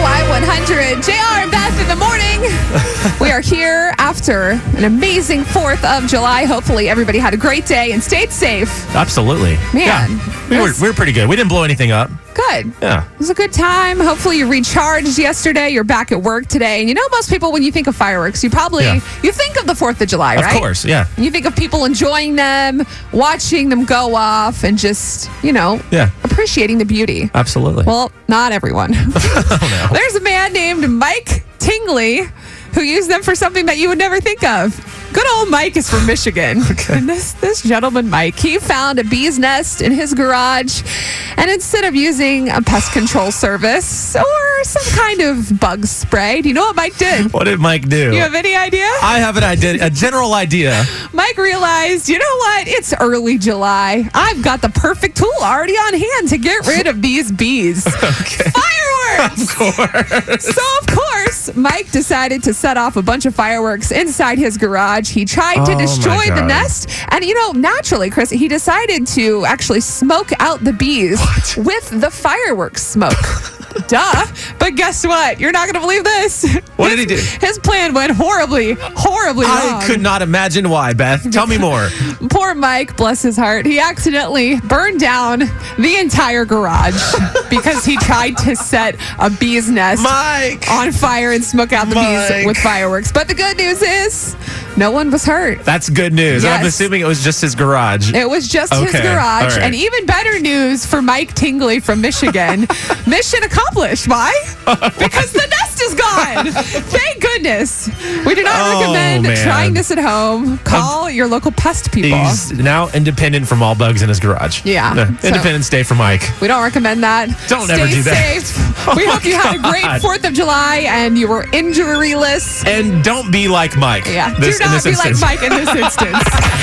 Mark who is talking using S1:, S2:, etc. S1: are here after an amazing 4th of July. Hopefully, everybody had a great day and stayed safe.
S2: Absolutely.
S1: Man,
S2: Yeah. We, were,
S1: that's-
S2: we were pretty good. We didn't blow anything up.
S1: Good.
S2: Yeah.
S1: It was a good time. Hopefully, you recharged yesterday. You're back at work today. And you know, most people, when you think of fireworks, you probably
S2: Yeah.
S1: you think of the 4th of July,
S2: Of
S1: right?
S2: course. Yeah.
S1: You think of people enjoying them, watching them go off, and just, you know,
S2: Yeah.
S1: appreciating the beauty.
S2: Absolutely.
S1: Well, not everyone. There's a man named Mike Tingley who used them for something that you would never think of. Good old Mike is from Michigan. And this, this gentleman, Mike, he found a bee's nest in his garage. And instead of using a pest control service or some kind of bug spray, do you know what Mike did?
S2: what did Mike do?
S1: You have any idea?
S2: I have an idea, a general idea.
S1: Mike realized, you know what? It's early July. I've got the perfect tool already on hand to get rid of these bees. Fireworks! Of course. So, of course, Mike decided to set off a bunch of fireworks inside his garage. He tried to
S2: Oh, my
S1: destroy the
S2: God.
S1: nest. And, you know, naturally, Chris, he decided to actually smoke out the bees with the fireworks smoke. Duh. But guess what? You're not going to believe this.
S2: What did he
S1: His-
S2: do?
S1: His plan went horribly, horribly wrong.
S2: I could not imagine why, Beth. Tell me more.
S1: Poor Mike, bless his heart. He accidentally burned down the entire garage because he tried to set a bee's nest
S2: Mike.
S1: on fire and smoke out the bees
S2: Mike.
S1: with fireworks. But the good news is, no one was hurt.
S2: That's good news. I'm
S1: Yes.
S2: assuming it was just his garage.
S1: It was just his
S2: Okay,
S1: garage.
S2: all right.
S1: And even better news for Mike Tingley from Michigan. Mission accomplished. Why? Because the nest is gone. Thank goodness. We do not
S2: Oh,
S1: recommend
S2: man. Um,
S1: trying this at home. Call your local pest people.
S2: He's now independent from all bugs in his garage.
S1: Yeah, so-
S2: Independence Day for Mike.
S1: We don't recommend that.
S2: Don't
S1: Stay
S2: ever do that. Oh
S1: safe. we
S2: my
S1: hope you had a great
S2: God.
S1: 4th of July and you were injuryless.
S2: And don't be like Mike.
S1: Yeah.
S2: this-
S1: do
S2: in
S1: not
S2: this
S1: be
S2: instance.
S1: like Mike in this instance.